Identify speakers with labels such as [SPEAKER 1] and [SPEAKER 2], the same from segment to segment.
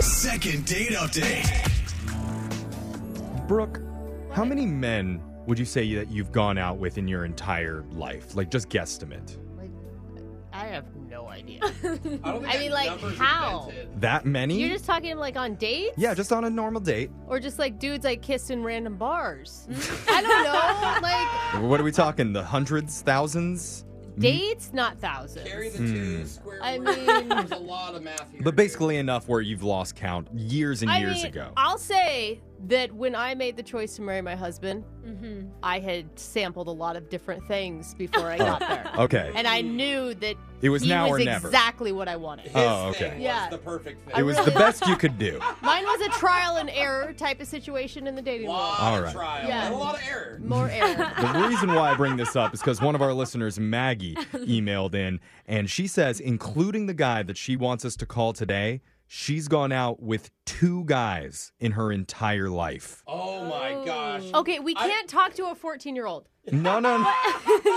[SPEAKER 1] Second date update.
[SPEAKER 2] Brooke, how many men would you say that you've gone out with in your entire life? Like, just guesstimate.
[SPEAKER 3] Like, I have no idea.
[SPEAKER 4] I, don't think
[SPEAKER 3] I
[SPEAKER 4] that
[SPEAKER 3] mean, like,
[SPEAKER 4] number's
[SPEAKER 3] how?
[SPEAKER 4] invented.
[SPEAKER 2] That many?
[SPEAKER 3] You're just talking like on dates?
[SPEAKER 2] yeah, just on a normal date.
[SPEAKER 3] Or just like dudes I kissed in random bars. I don't know. Like
[SPEAKER 2] What are we talking? The hundreds, thousands?
[SPEAKER 3] dates, not thousands.
[SPEAKER 4] Carry the
[SPEAKER 2] Hmm.
[SPEAKER 4] two, square
[SPEAKER 3] I
[SPEAKER 4] root.
[SPEAKER 3] mean-
[SPEAKER 4] there's a lot of math here.
[SPEAKER 2] But basically enough where you've lost count years and
[SPEAKER 3] I
[SPEAKER 2] years
[SPEAKER 3] mean,
[SPEAKER 2] ago.
[SPEAKER 3] I'll say that when I made the choice to marry my husband,
[SPEAKER 5] Mm-hmm.
[SPEAKER 3] I had sampled a lot of different things before I got there.
[SPEAKER 2] okay.
[SPEAKER 3] And I knew that
[SPEAKER 2] It was
[SPEAKER 3] he
[SPEAKER 2] now
[SPEAKER 3] was
[SPEAKER 2] or never.
[SPEAKER 3] exactly what I wanwanted.
[SPEAKER 4] his
[SPEAKER 2] Oh, okay.
[SPEAKER 4] thing was
[SPEAKER 3] Yeah.
[SPEAKER 4] the perfect thing.
[SPEAKER 2] it was the
[SPEAKER 3] really-
[SPEAKER 2] best you could do.
[SPEAKER 3] Mine was a trial and error type of situation in the
[SPEAKER 4] a
[SPEAKER 3] dating
[SPEAKER 4] lot
[SPEAKER 3] world.
[SPEAKER 2] All
[SPEAKER 4] of
[SPEAKER 2] right.
[SPEAKER 4] trial
[SPEAKER 3] Yeah. Mm.
[SPEAKER 4] and a lot of error.
[SPEAKER 3] More error.
[SPEAKER 2] The reason why I bring this up is because one of our listeners, Maggie, emailed in and she says, including the guy that she wants us to call today, she's gone out with two guys in her entire life.
[SPEAKER 4] Oh my gosh.
[SPEAKER 3] Okay, we
[SPEAKER 4] I-
[SPEAKER 3] can't talk to a 14 year old.
[SPEAKER 2] No, no, no.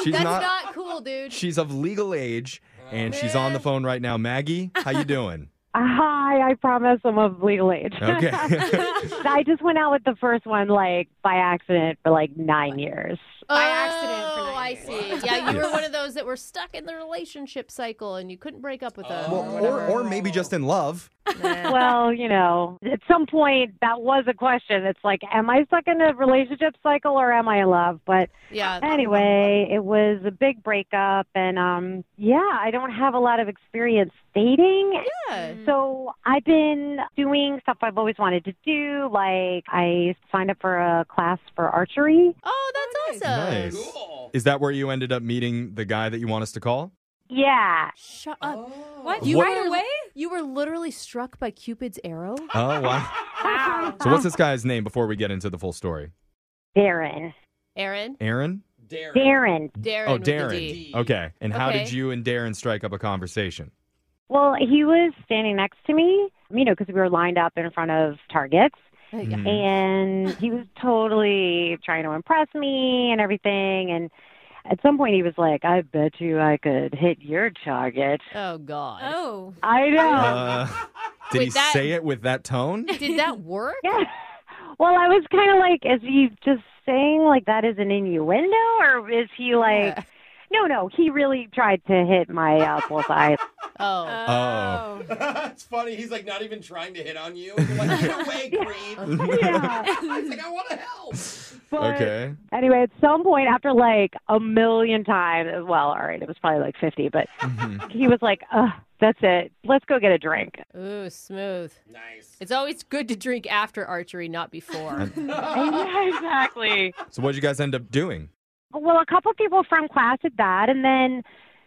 [SPEAKER 2] She's
[SPEAKER 3] That's
[SPEAKER 2] not,
[SPEAKER 3] not cool, dude.
[SPEAKER 2] She's of legal age and she's on the phone right now. Maggie, how you doing?
[SPEAKER 6] Hi, I promise I'm of legal age.
[SPEAKER 2] Okay.
[SPEAKER 6] I just went out with the first one like by accident for like nine years.
[SPEAKER 5] By accident for
[SPEAKER 3] Oh,
[SPEAKER 5] nine
[SPEAKER 3] I
[SPEAKER 5] years.
[SPEAKER 3] see. Yeah,
[SPEAKER 2] Yes.
[SPEAKER 3] you were one of those that were stuck in the relationship cycle and you couldn't break up with them.
[SPEAKER 2] well, or, or maybe just in love.
[SPEAKER 3] Nah.
[SPEAKER 6] Well, you know, at some point that was a question. It's like, am I stuck in a relationship cycle or am I in love? But
[SPEAKER 3] yeah.
[SPEAKER 6] anyway, it was a big breakup, and um, yeah, I don't have a lot of experience dating.
[SPEAKER 3] yeah.
[SPEAKER 6] So I've been doing stuff I've always wanted to do. Like I signed up for a class for archery.
[SPEAKER 3] Oh, that's awesome.
[SPEAKER 2] Nice.
[SPEAKER 4] Cool.
[SPEAKER 2] Is that where you ended up meeting the guy that you want us to call?
[SPEAKER 6] Yeah,
[SPEAKER 3] Shut up.
[SPEAKER 4] Oh.
[SPEAKER 5] What?
[SPEAKER 2] You What-
[SPEAKER 5] right away?
[SPEAKER 3] You were literally struck by Cupid's arrow?
[SPEAKER 2] Oh, wow. So, what's this guy's name before we get into the full story?
[SPEAKER 6] Darren.
[SPEAKER 3] Aaron?
[SPEAKER 2] Aaron?
[SPEAKER 4] Darren.
[SPEAKER 6] Darren.
[SPEAKER 3] Darren.
[SPEAKER 2] oh,
[SPEAKER 3] with the
[SPEAKER 2] Darren.
[SPEAKER 3] D.
[SPEAKER 4] D.
[SPEAKER 2] Okay. And how did
[SPEAKER 3] Okay.
[SPEAKER 2] you and Darren strike up a conversation?
[SPEAKER 6] Well, he was standing next to me, you know, because we were lined up in front of targets.
[SPEAKER 3] Yeah.
[SPEAKER 2] Mhm.
[SPEAKER 6] And he was totally trying to impress me and everything. And at some point, he was like, I bet you I could hit your target.
[SPEAKER 3] Oh, God.
[SPEAKER 5] Oh.
[SPEAKER 6] I know.
[SPEAKER 2] Uh, did he
[SPEAKER 3] With that-
[SPEAKER 2] say it with that tone?
[SPEAKER 3] Did that work?
[SPEAKER 6] yeah. Well, I was kind of like, is he just saying like that is an innuendo? Or is he like,
[SPEAKER 3] Yeah.
[SPEAKER 6] no, no, he really tried to hit my uh, bullseye.
[SPEAKER 3] Oh.
[SPEAKER 2] Oh.
[SPEAKER 4] it's funny. He's like not even trying to hit on you. You're like, get away, creep.
[SPEAKER 6] yeah.
[SPEAKER 4] He's like, I want to help.
[SPEAKER 6] But-
[SPEAKER 2] Okay.
[SPEAKER 6] Anyway, at some point after like a million times, well, all right, it was probably like 50, but
[SPEAKER 2] Mhm.
[SPEAKER 6] he was like, Ugh, that's it. Let's go get a drink.
[SPEAKER 2] Oh.
[SPEAKER 3] Ooh, smooth.
[SPEAKER 4] Nice.
[SPEAKER 3] It's always good to drink after archery, not before.
[SPEAKER 6] yeah, exactly.
[SPEAKER 2] So, what did you guys end up doing?
[SPEAKER 6] Well, a couple people from class did that, and then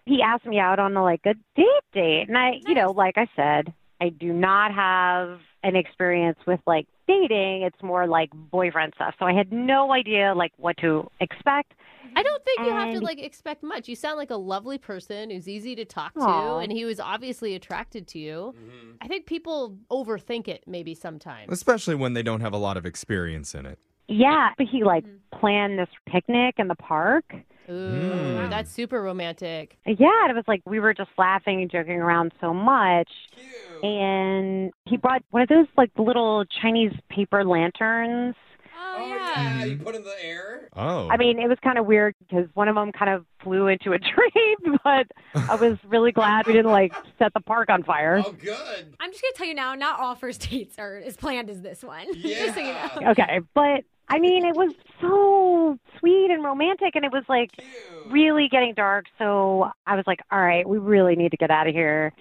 [SPEAKER 6] he asked me out on like a date date. And I, you know, like I said, I do not have an experience with like dating. It's more like boyfriend stuff. So I had no idea like what to expect.
[SPEAKER 3] I don't think you have to
[SPEAKER 6] And-
[SPEAKER 3] like expect much. You sound like a lovely person who's easy to talk to,
[SPEAKER 6] Aw.
[SPEAKER 3] and he was obviously attracted to you.
[SPEAKER 4] Mhm.
[SPEAKER 3] I think people overthink it maybe sometimes.
[SPEAKER 2] Especially when they don't have a lot of experience in it.
[SPEAKER 6] Yeah, but he like planned this picnic in the park.
[SPEAKER 3] Ooh,
[SPEAKER 2] Mm.
[SPEAKER 3] that's super romantic.
[SPEAKER 6] Yeah, it was like we were just laughing and joking around so much.
[SPEAKER 4] Cute.
[SPEAKER 6] And he brought one of those like little Chinese paper lanterns.
[SPEAKER 5] Oh,
[SPEAKER 4] Oh,
[SPEAKER 5] yeah.
[SPEAKER 4] yeah.
[SPEAKER 2] Mhm.
[SPEAKER 4] You put in the air.
[SPEAKER 2] Oh.
[SPEAKER 6] I mean, it was kind of weird because one of them kind of flew into a tree, but I was really glad we didn't like set the park on fire.
[SPEAKER 4] Oh, good.
[SPEAKER 5] I'm just going to tell you now, not all first dates are as planned as this one. just so you know.
[SPEAKER 4] Yeah.
[SPEAKER 6] Okay, but I mean, it was so sweet and romantic, and it was like
[SPEAKER 4] Cute.
[SPEAKER 6] really getting dark. So I was like, all right, we really need to get out of here.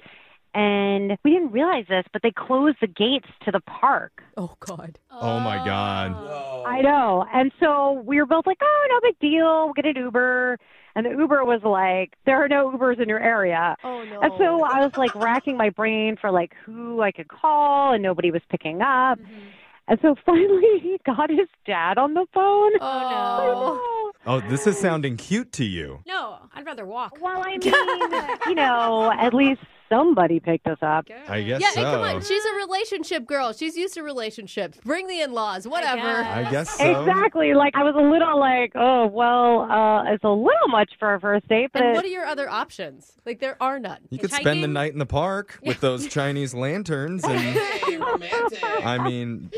[SPEAKER 6] And we didn't realize this, but they closed the gates to the park.
[SPEAKER 3] Oh God.
[SPEAKER 2] Oh, my God.
[SPEAKER 4] Whoa.
[SPEAKER 6] I know. And so we were both like, oh, no big deal. We'll get an Uber. And the Uber was like, there are no Ubers in your area.
[SPEAKER 3] Oh no.
[SPEAKER 6] And so I was like racking my brain for like who I could call, and nobody was picking up. And so finally he got his dad on the phone.
[SPEAKER 3] oh
[SPEAKER 2] oh, this is sounding cute to you.
[SPEAKER 5] No, I'd rather walk.
[SPEAKER 6] Well, I mean, you know, at least somebody picked us up.
[SPEAKER 2] I guess
[SPEAKER 3] yeah,
[SPEAKER 2] so.
[SPEAKER 3] and come on, she's a relationship girl. She's used to relationships. Bring the in-laws, whatever.
[SPEAKER 5] guess.
[SPEAKER 2] I guess so.
[SPEAKER 6] Exactly. Like I was a little like, oh well, uh, it's a little much for a first date, but
[SPEAKER 3] And what are your other options? Like there are none.
[SPEAKER 2] You could spend the
[SPEAKER 5] Hitchhiking?
[SPEAKER 2] night in the park with those Chinese lanterns, and
[SPEAKER 4] Hey, romantic.
[SPEAKER 2] I mean,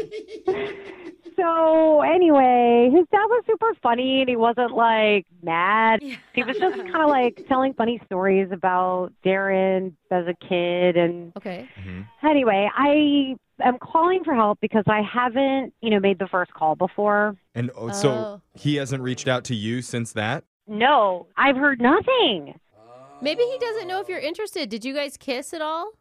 [SPEAKER 6] so anyway, his dad was super funny and he wasn't like mad. He was just kind of like telling funny stories about Darren as a kid and
[SPEAKER 3] Okay.
[SPEAKER 6] anyway, I am calling for help because I haven't, you know, made the first call before.
[SPEAKER 2] and oh, so
[SPEAKER 3] Oh.
[SPEAKER 2] he hasn't reached out to you since that.
[SPEAKER 6] No, I've heard nothing.
[SPEAKER 3] Maybe he doesn't know if you're interested. Did you guys kiss at all?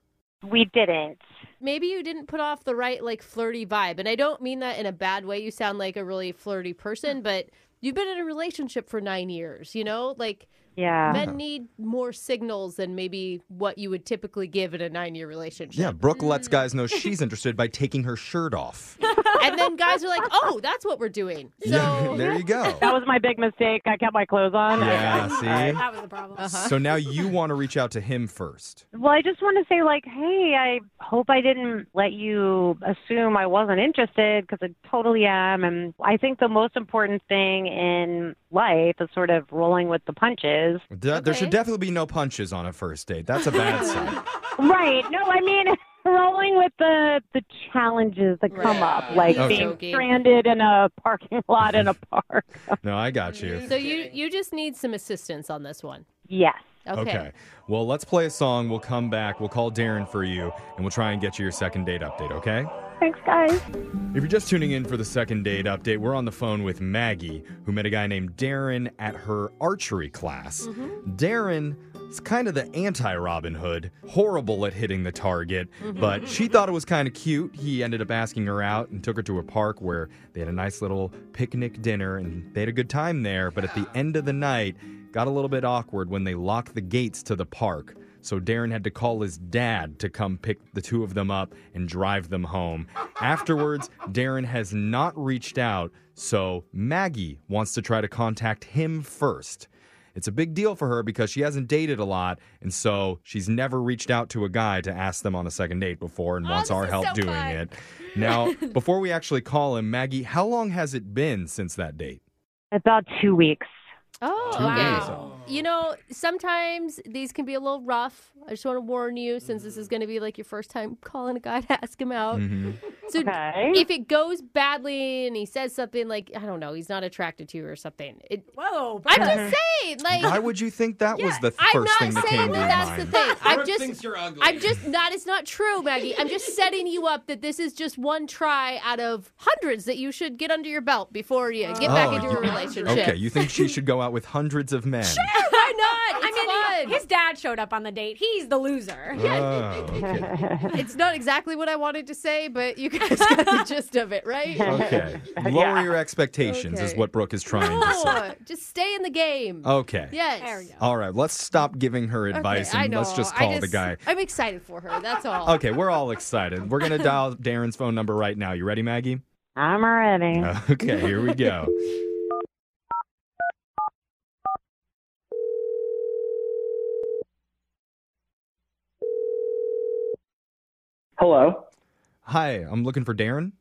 [SPEAKER 6] We didn't.
[SPEAKER 3] Maybe you didn't put off the right like flirty vibe. And I don't mean that in a bad way. You sound like a really flirty person, but you've been in a relationship for 9 years, you know? Like
[SPEAKER 6] Yeah.
[SPEAKER 3] men need more signals than maybe what you would typically give in a 9-year relationship.
[SPEAKER 2] Yeah, Brooke
[SPEAKER 3] Mm.
[SPEAKER 2] lets guys know she's interested by taking her shirt off.
[SPEAKER 3] And then guys are like, "Oh, that's what we're doing." So
[SPEAKER 2] Yeah, there you go.
[SPEAKER 6] that was my big mistake. I kept my clothes on.
[SPEAKER 2] Yeah, see.
[SPEAKER 5] That was the problem.
[SPEAKER 3] Uh-huh.
[SPEAKER 2] So now you want to reach out to him first.
[SPEAKER 6] Well, I just want to say, like, hey, I hope I didn't let you assume I wasn't interested because I totally am. And I think the most important thing in life is sort of rolling with the punches.
[SPEAKER 2] De- There should
[SPEAKER 3] Okay.
[SPEAKER 2] definitely be no punches on a first date. That's a bad sign.
[SPEAKER 6] right. No, I mean, rolling with the the challenges that come
[SPEAKER 3] Right.
[SPEAKER 6] up, like
[SPEAKER 2] Okay.
[SPEAKER 6] being
[SPEAKER 3] Joking.
[SPEAKER 6] stranded in a parking lot in a park.
[SPEAKER 2] No, I got you.
[SPEAKER 3] So you you just need some assistance on this one.
[SPEAKER 6] yes.
[SPEAKER 3] Okay.
[SPEAKER 2] Okay. Well, let's play a song. We'll come back. We'll call Darren for you, and we'll try and get you your second date update, okay?
[SPEAKER 6] Thanks, guys.
[SPEAKER 2] If you're just tuning in for the second date update, we're on the phone with Maggie, who met a guy named Darren at her archery class. Darren is kind of the anti Robin Hood, horrible at hitting the target, but she thought it was kind of cute. He ended up asking her out and took her to a park where they had a nice little picnic dinner and they had a good time there. But at the end of the night, got a little bit awkward when they locked the gates to the park. So Darren had to call his dad to come pick the two of them up and drive them home. Afterwards, Darren has not reached out, so Maggie wants to try to contact him first. It's a big deal for her because she hasn't dated a lot, and so she's never reached out to a guy to ask them on a second date before
[SPEAKER 3] Oh,
[SPEAKER 2] and wants
[SPEAKER 5] this
[SPEAKER 2] our
[SPEAKER 5] is
[SPEAKER 2] help
[SPEAKER 5] so
[SPEAKER 2] doing
[SPEAKER 5] fun.
[SPEAKER 2] it. Now, before we actually call him, Maggie, how long has it been since that date?
[SPEAKER 6] About two weeks.
[SPEAKER 3] Oh,
[SPEAKER 2] Two
[SPEAKER 3] wow. You know, sometimes these can be a little rough. I just want to warn you since this is going to be like your first time calling a guy to ask him out. So
[SPEAKER 6] Okay.
[SPEAKER 3] if it goes badly and he says something like, I don't know, he's not attracted to you or something, it,
[SPEAKER 5] Whoa.
[SPEAKER 3] I'm just saying, like,
[SPEAKER 2] Why would you think that was the
[SPEAKER 3] I'm
[SPEAKER 2] first
[SPEAKER 3] not
[SPEAKER 2] thing that
[SPEAKER 3] saying
[SPEAKER 2] came to your
[SPEAKER 3] that that's
[SPEAKER 2] mind?
[SPEAKER 3] the thing. I'm
[SPEAKER 4] Brooke thinks
[SPEAKER 3] just.
[SPEAKER 4] you're ugly.
[SPEAKER 3] I'm just not. It's not true, Maggie. I'm just setting you up that this is just one try out of hundreds that you should get under your belt before you get back
[SPEAKER 2] Oh,
[SPEAKER 3] into
[SPEAKER 2] you-
[SPEAKER 3] a relationship.
[SPEAKER 2] Okay, you think she should go out with hundreds of men?
[SPEAKER 3] Why not? It's
[SPEAKER 5] I mean,
[SPEAKER 3] fun.
[SPEAKER 5] his dad showed up on the date. He's the loser.
[SPEAKER 2] Oh, okay.
[SPEAKER 3] It's not exactly what I wanted to say, but you guys got the gist of it, right?
[SPEAKER 2] Okay. Lower your expectations is
[SPEAKER 3] Okay.
[SPEAKER 2] what Brooke is trying to say.
[SPEAKER 3] No, just stay in the game.
[SPEAKER 2] Okay.
[SPEAKER 3] Yes.
[SPEAKER 5] There we go.
[SPEAKER 2] All right, let's stop giving her
[SPEAKER 3] Okay,
[SPEAKER 2] advice
[SPEAKER 3] I
[SPEAKER 2] and
[SPEAKER 3] know.
[SPEAKER 2] let's just
[SPEAKER 3] I
[SPEAKER 2] call the guy.
[SPEAKER 3] I'm excited for her. That's all.
[SPEAKER 2] Okay, we're all excited. We're going to dial Darren's phone number right now. You ready, Maggie?
[SPEAKER 6] I'm ready.
[SPEAKER 2] Okay, here we go.
[SPEAKER 7] Hello,
[SPEAKER 2] Hi, I'm looking for Darren.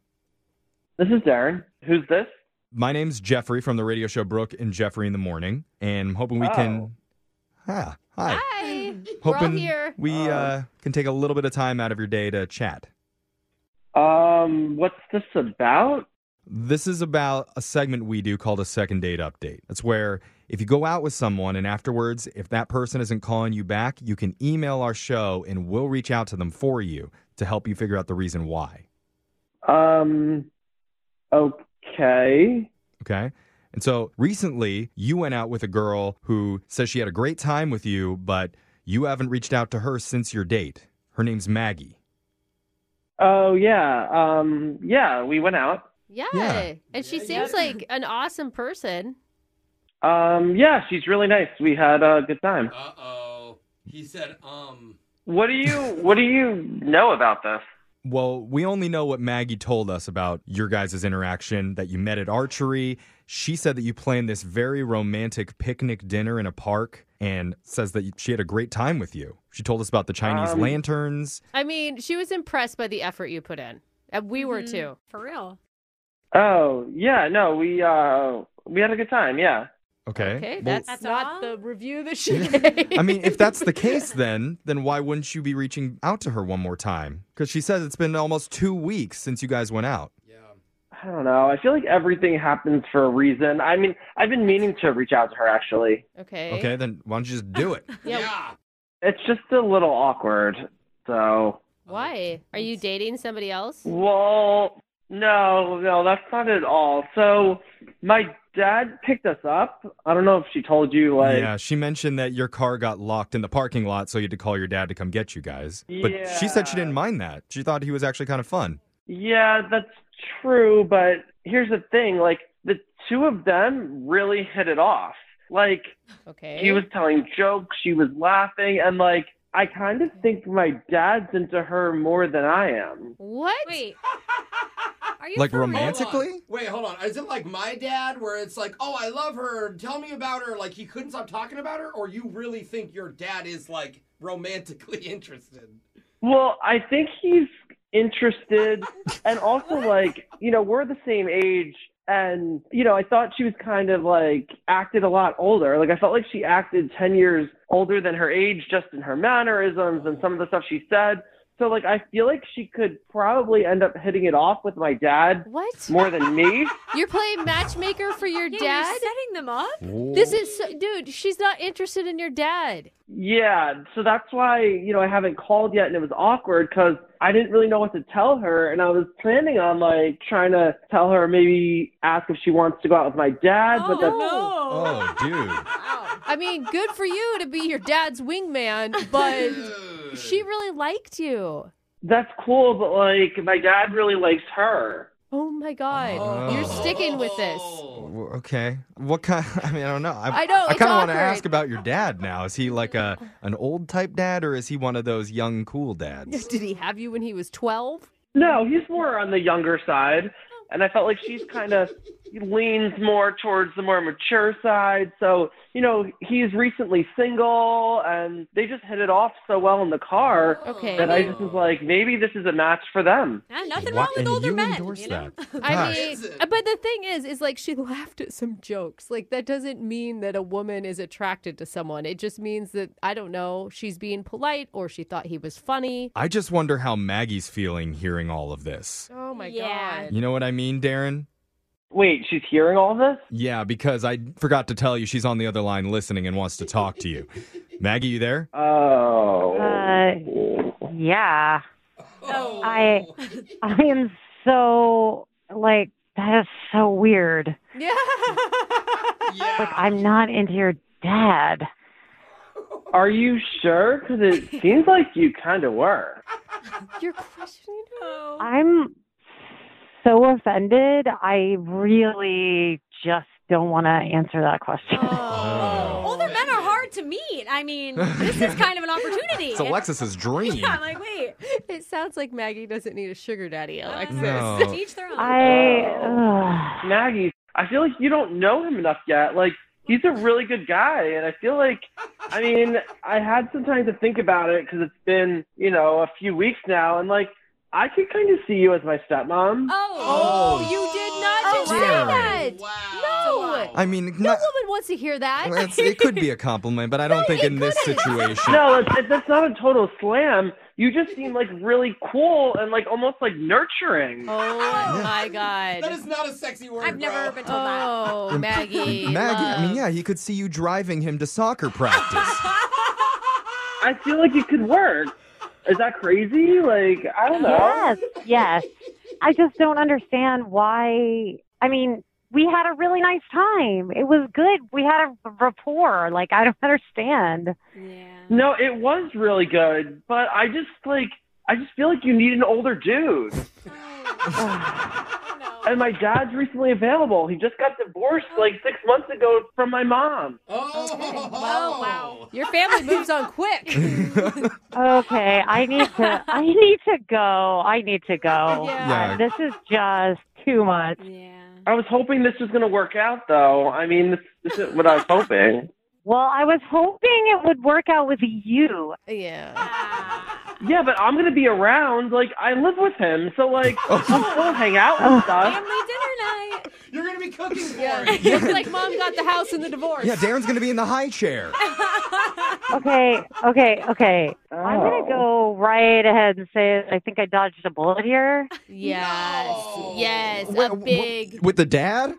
[SPEAKER 7] this is Darren. Who's this?
[SPEAKER 2] My name's Jeffrey from the radio show Brooke and Jeffrey in the Morning, and I'm hoping we can. Ah, hi.
[SPEAKER 3] Hi. We're all
[SPEAKER 2] Hoping
[SPEAKER 3] here.
[SPEAKER 2] we uh, can take a little bit of time out of your day to chat.
[SPEAKER 7] Um, what's this about?
[SPEAKER 2] This is about a segment we do called a second date update. That's where if you go out with someone and afterwards, if that person isn't calling you back, you can email our show and we'll reach out to them for you to help you figure out the reason why.
[SPEAKER 7] Um, okay.
[SPEAKER 2] Okay. And so recently you went out with a girl who says she had a great time with you, but you haven't reached out to her since your date. Her name's Maggie.
[SPEAKER 7] Oh yeah. Um, yeah. We went out.
[SPEAKER 3] Yeah.
[SPEAKER 2] Yeah.
[SPEAKER 3] And she
[SPEAKER 4] Yeah,
[SPEAKER 3] seems
[SPEAKER 4] yeah.
[SPEAKER 3] like an awesome person.
[SPEAKER 7] Um, yeah. She's really nice. We had a good time.
[SPEAKER 4] Uh oh. He said, um.
[SPEAKER 7] What do you What do you know about this?
[SPEAKER 2] Well, we only know what Maggie told us about your guys' interaction that you met at archery. She said that you planned this very romantic picnic dinner in a park and says that she had a great time with you. She told us about the Chinese
[SPEAKER 7] Um,
[SPEAKER 2] lanterns.
[SPEAKER 3] I mean, she was impressed by the effort you put in. And we were
[SPEAKER 5] Mhm.
[SPEAKER 3] too.
[SPEAKER 5] For real.
[SPEAKER 7] Oh, yeah, no, we uh we had a good time, yeah.
[SPEAKER 2] Okay.
[SPEAKER 3] Okay,
[SPEAKER 2] Well,
[SPEAKER 3] that's,
[SPEAKER 5] That's
[SPEAKER 3] not
[SPEAKER 5] all?
[SPEAKER 3] the review that she gave.
[SPEAKER 2] I mean, if that's the case, then then why wouldn't you be reaching out to her one more time? Because she says it's been almost two weeks since you guys went out.
[SPEAKER 4] Yeah.
[SPEAKER 7] I don't know. I feel like everything happens for a reason. I mean, I've been meaning to reach out to her actually.
[SPEAKER 3] okay.
[SPEAKER 2] Okay, then why don't you just do it?
[SPEAKER 3] Yeah.
[SPEAKER 4] Yeah.
[SPEAKER 7] It's just a little awkward. So,
[SPEAKER 3] Why? Are you dating somebody else?
[SPEAKER 7] well, no, no, that's not at all. So, my dad picked us up. I don't know if she told you like
[SPEAKER 2] yeah, she mentioned that your car got locked in the parking lot, so you had to call your dad to come get you guys. But she said she
[SPEAKER 7] Yeah.
[SPEAKER 2] didn't mind that. She thought he was actually kind of fun.
[SPEAKER 7] Yeah, that's true, but here's the thing, like the two of them really hit it off. Like
[SPEAKER 3] Okay.
[SPEAKER 7] She was telling jokes, she was laughing, and like I kind of think my dad's into her more than I am.
[SPEAKER 3] What?
[SPEAKER 5] Wait. Are you
[SPEAKER 2] Like
[SPEAKER 5] for real?
[SPEAKER 2] romantic? Romantically?
[SPEAKER 4] Wait, hold on. Is it like my dad, where it's like, oh, I love her. Tell me about her. Like he couldn't stop talking about her, or you really think your dad is like romantically interested?
[SPEAKER 7] Well, I think he's interested, and also like you know we're the same age, and you know I thought she was kind of like acted a lot older. Like I felt like she acted ten years older than her age, just in her mannerisms and some of the stuff she said. So like I feel like she could probably end up hitting it off with my dad
[SPEAKER 3] What?
[SPEAKER 7] more than me.
[SPEAKER 3] You're playing matchmaker for your
[SPEAKER 5] Yeah,
[SPEAKER 3] dad?
[SPEAKER 5] You're setting them up?
[SPEAKER 3] This is so, dude, she's not interested in your dad.
[SPEAKER 7] Yeah, so that's why, you know, I haven't called yet and it was awkward because I didn't really know what to tell her and I was planning on like trying to tell her maybe ask if she wants to go out with my dad, but that's
[SPEAKER 5] no.
[SPEAKER 2] Oh, dude.
[SPEAKER 5] Wow.
[SPEAKER 3] I mean, good for you to be your dad's wingman, but
[SPEAKER 4] Dude.
[SPEAKER 3] she really liked you.
[SPEAKER 7] that's cool, but like my dad really likes her.
[SPEAKER 3] Oh my god.
[SPEAKER 2] Oh.
[SPEAKER 3] You're sticking with this.
[SPEAKER 4] Oh.
[SPEAKER 2] W- Okay. What kind? I mean, I don't know. I,
[SPEAKER 3] I know,
[SPEAKER 2] I
[SPEAKER 3] it's
[SPEAKER 2] kind of want to
[SPEAKER 3] awkward.
[SPEAKER 2] ask about your dad now. Is he like a an old type dad, or is he one of those young cool dads?
[SPEAKER 3] Did he have you when he was 12?
[SPEAKER 7] No, he's more on the younger side and I felt like she's kind of leans more towards the more mature side. So, you know, he's recently single and they just hit it off so well in the car
[SPEAKER 3] Okay.
[SPEAKER 7] that I just was like maybe this is a match for them.
[SPEAKER 5] Yeah, nothing
[SPEAKER 2] Why-
[SPEAKER 5] wrong with
[SPEAKER 2] and
[SPEAKER 5] older
[SPEAKER 2] you
[SPEAKER 5] men.
[SPEAKER 2] endorse
[SPEAKER 5] you know?
[SPEAKER 2] that.
[SPEAKER 3] I
[SPEAKER 2] Gosh.
[SPEAKER 3] mean, but the thing is, is like she laughed at some jokes. Like that doesn't mean that a woman is attracted to someone. It just means that I don't know. She's being polite, or she thought he was funny.
[SPEAKER 2] I just wonder how Maggie's feeling hearing all of this.
[SPEAKER 3] Oh my
[SPEAKER 5] Yeah.
[SPEAKER 3] god!
[SPEAKER 2] You know what I mean, Darren?
[SPEAKER 7] Wait, she's hearing all this?
[SPEAKER 2] Yeah, because I forgot to tell you she's on the other line listening and wants to talk to you. Maggie, you there?
[SPEAKER 7] Oh.
[SPEAKER 6] Uh, yeah.
[SPEAKER 4] Oh.
[SPEAKER 6] I- I am so like that is so weird.
[SPEAKER 3] Yeah.
[SPEAKER 4] yeah.
[SPEAKER 6] Like I'm not into your dad.
[SPEAKER 7] Are you sure? Because it seems like you kind of were.
[SPEAKER 3] You're questioning her.
[SPEAKER 5] Oh.
[SPEAKER 6] I'm so offended. I really just don't want to answer that question.
[SPEAKER 5] Older men are hard to meet. I mean, this is kind of an opportunity.
[SPEAKER 2] It's Alexis's dream.
[SPEAKER 5] Yeah, I'm like, wait.
[SPEAKER 3] It sounds like Maggie doesn't need a sugar daddy, Alex.
[SPEAKER 2] No.
[SPEAKER 5] To each their own.
[SPEAKER 6] I ugh.
[SPEAKER 7] Maggie, I feel like you don't know him enough yet. Like, he's a really good guy. And I feel like, I mean, I had some time to think about it because it's been, you know, a few weeks now. And, like, I could kind of see you as my stepmom.
[SPEAKER 5] oh.
[SPEAKER 3] Oh, you did not just
[SPEAKER 2] Darren.
[SPEAKER 3] say that.
[SPEAKER 4] Wow.
[SPEAKER 2] I mean,
[SPEAKER 3] No
[SPEAKER 2] not-
[SPEAKER 3] woman wants to hear that.
[SPEAKER 2] that's- it could be a compliment, but I don't think
[SPEAKER 3] it
[SPEAKER 2] in this
[SPEAKER 3] couldn't.
[SPEAKER 2] situation.
[SPEAKER 7] No, it's, it, that's not a total slam. You just seem, like, really cool and, like, almost, like, nurturing.
[SPEAKER 3] Oh my
[SPEAKER 4] That
[SPEAKER 3] god.
[SPEAKER 4] is not a sexy word.
[SPEAKER 5] I've
[SPEAKER 4] bro.
[SPEAKER 5] never been told that.
[SPEAKER 3] Oh, Maggie.
[SPEAKER 2] Maggie, I mean,
[SPEAKER 3] love.
[SPEAKER 2] yeah, he could see you driving him to soccer practice.
[SPEAKER 7] I feel like it could work. Is that crazy? Like, I don't know.
[SPEAKER 6] Yes, yes. I just don't understand why. I mean, we had a really nice time. It was good. We had a rapport. Like, I don't understand.
[SPEAKER 5] Yeah.
[SPEAKER 7] No, it was really good, but I just like I just feel like you need an older dude.
[SPEAKER 5] Oh. I don't know.
[SPEAKER 7] and my dad's recently available. He just got divorced like six months ago from my mom.
[SPEAKER 4] Oh,
[SPEAKER 5] Well, wow.
[SPEAKER 3] Your family moves on quick.
[SPEAKER 6] Okay, I need to. I need to go. I need to go.
[SPEAKER 2] Yeah. Yeah.
[SPEAKER 6] This is just too much.
[SPEAKER 5] Yeah.
[SPEAKER 7] I was hoping this was going to work out, though. I mean, this, this is what I was hoping.
[SPEAKER 6] Well, I was hoping it would work out with you.
[SPEAKER 3] yeah.
[SPEAKER 7] Yeah, but I'm going to be around. Like, I live with him, so like, we'll still hang out and stuff.
[SPEAKER 5] Family dinner night.
[SPEAKER 4] You're gonna be cooking for him.
[SPEAKER 3] Looks like mom got the house in the divorce.
[SPEAKER 2] Yeah, Darren's gonna be in the high chair.
[SPEAKER 6] Okay, okay, okay. I'm gonna go right ahead and say I think I dodged a bullet here.
[SPEAKER 3] Yes. Yes. a
[SPEAKER 2] wh-
[SPEAKER 3] big.
[SPEAKER 2] With the dad?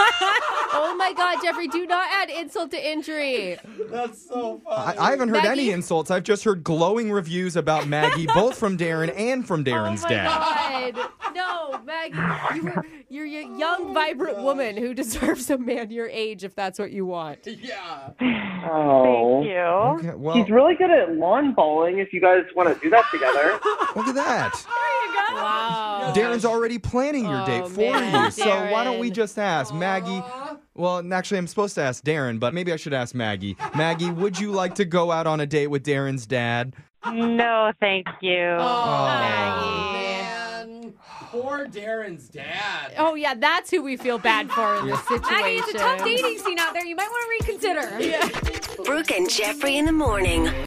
[SPEAKER 3] Oh my God, Jeffrey, do not add insult to injury.
[SPEAKER 4] That's so
[SPEAKER 2] I,
[SPEAKER 4] funny.
[SPEAKER 2] I haven't heard any
[SPEAKER 3] Maggie?
[SPEAKER 2] insults. I've just heard glowing reviews about Maggie, both from Darren and from Darren's dad.
[SPEAKER 3] Oh God. No, Maggie, you were, you're a young, vibrant woman who deserves a man your age if that's what you want.
[SPEAKER 4] yeah.
[SPEAKER 7] Oh.
[SPEAKER 6] Thank you.
[SPEAKER 2] Okay, well,
[SPEAKER 7] He's really good at lawn bowling if you guys want to do that together.
[SPEAKER 2] look at that.
[SPEAKER 3] Wow.
[SPEAKER 2] Darren's already planning your date
[SPEAKER 3] Oh,
[SPEAKER 2] for
[SPEAKER 3] man,
[SPEAKER 2] you. So why don't we
[SPEAKER 3] Darren.
[SPEAKER 2] just ask Maggie? Well, and actually, I'm supposed to ask Darren, but maybe I should ask Maggie. Maggie, would you like to go out on a date with Darren's dad?
[SPEAKER 6] No, thank you.
[SPEAKER 4] Oh, man. Poor Darren's dad.
[SPEAKER 3] Oh, yeah, that's who we feel bad for in this situation.
[SPEAKER 5] Maggie, E it's a tough dating scene out there. You might want to reconsider.
[SPEAKER 8] Brooke and Jeffrey in the morning.